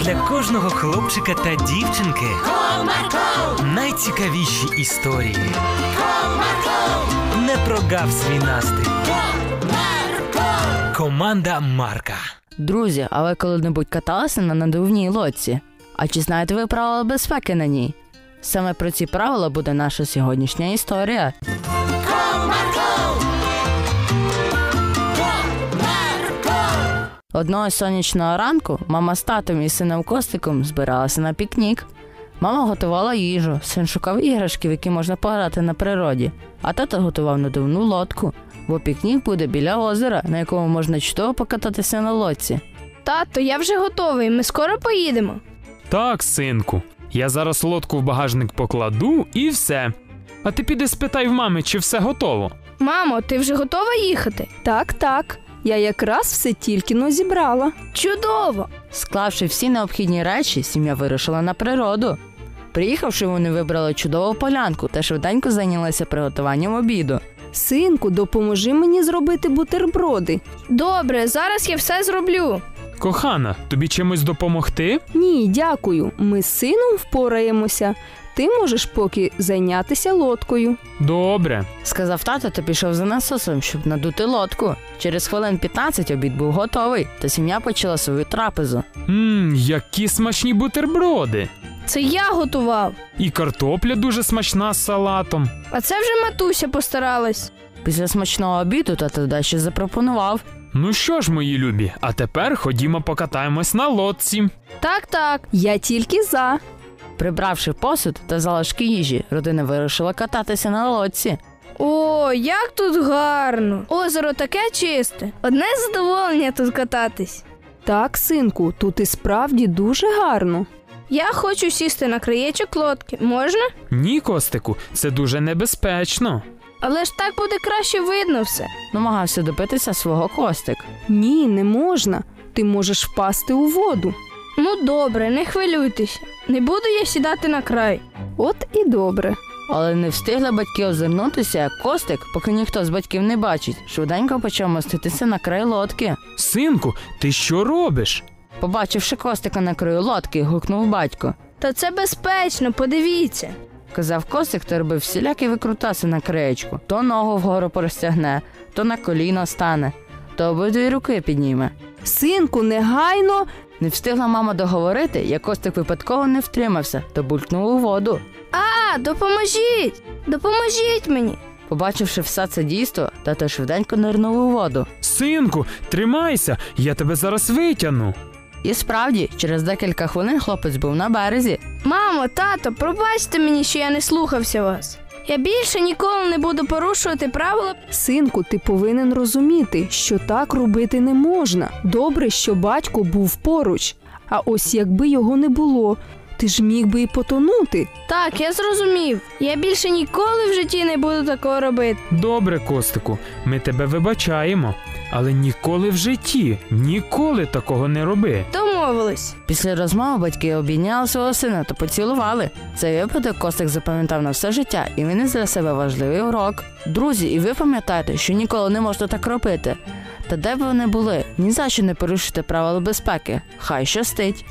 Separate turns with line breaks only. для кожного хлопчика та дівчинки
Comarco,
найцікавіші історії.
Comarco,
Не прогав свій настрій.
Comarco.
Команда Марка.
Друзі, а ви коли-небудь каталися на надувній лодці? А чи знаєте ви правила безпеки на ній? Саме про ці правила буде наша сьогоднішня історія. Одного сонячного ранку мама з татом і сином Костиком збиралася на пікнік. Мама готувала їжу, син шукав іграшки, в які можна пограти на природі, а тато готував надувну лодку, бо пікнік буде біля озера, на якому можна чудово покататися на лодці.
Тато, я вже готовий, ми скоро поїдемо.
Так, синку, я зараз лодку в багажник покладу і все. А ти піди спитай в мами, чи все готово.
Мамо, ти вже готова їхати?
Так, так. Я якраз все тільки но зібрала.
Чудово!
Склавши всі необхідні речі, сім'я вирушила на природу. Приїхавши, вони вибрали чудову полянку та швиденько зайнялися приготуванням обіду.
Синку, допоможи мені зробити бутерброди.
Добре, зараз я все зроблю.
Кохана, тобі чимось допомогти?
Ні, дякую. Ми з сином впораємося. Ти можеш поки зайнятися лодкою.
Добре.
Сказав тато та пішов за насосом, щоб надути лодку. Через хвилин 15 обід був готовий, та сім'я почала свою трапезу.
Мм, які смачні бутерброди.
Це я готував.
І картопля дуже смачна з салатом.
А це вже матуся постаралась.
Після смачного обіду тато дещо запропонував.
Ну що ж, мої любі, а тепер ходімо покатаємось на лодці.
Так, так.
Я тільки за.
Прибравши посуд та залишки їжі, родина вирішила кататися на лодці.
О, як тут гарно! Озеро таке чисте. Одне задоволення тут кататись.
Так, синку, тут і справді дуже гарно.
Я хочу сісти на краєчок лодки. Можна?
Ні, Костику, це дуже небезпечно.
Але ж так буде краще видно все.
Намагався добитися свого костик.
Ні, не можна. Ти можеш впасти у воду.
Ну добре, не хвилюйтеся. Не буду я сідати на край.
От і добре.
Але не встигли батьки озирнутися, як костик, поки ніхто з батьків не бачить, швиденько почав моститися на край лодки.
Синку, ти що робиш?
Побачивши костика на краю лодки, гукнув батько.
Та це безпечно, подивіться.
Казав косик, то робив всілякі викрутаси на краєчку. То ногу вгору простягне, то на коліно стане, то обидві руки підніме.
Синку, негайно.
Не встигла мама договорити, як костик випадково не втримався, то булькнув у воду.
А, допоможіть! Допоможіть мені!
Побачивши все це дійство, тато швиденько нирнув у воду.
Синку, тримайся, я тебе зараз витягну.
І справді, через декілька хвилин хлопець був на березі.
Мамо, тато, пробачте мені, що я не слухався вас. Я більше ніколи не буду порушувати правила.
Синку, ти повинен розуміти, що так робити не можна. Добре, що батько був поруч. А ось якби його не було, ти ж міг би і потонути.
Так, я зрозумів. Я більше ніколи в житті не буду такого робити.
Добре, Костику, ми тебе вибачаємо, але ніколи в житті, ніколи такого не роби.
Домовились.
Після розмови батьки обійняли свого сина та поцілували. Цей випадок Костик запам'ятав на все життя і виніс для себе важливий урок. Друзі, і ви пам'ятаєте, що ніколи не можна так робити. Та де б вони були, ні за що не порушуйте правила безпеки. Хай щастить.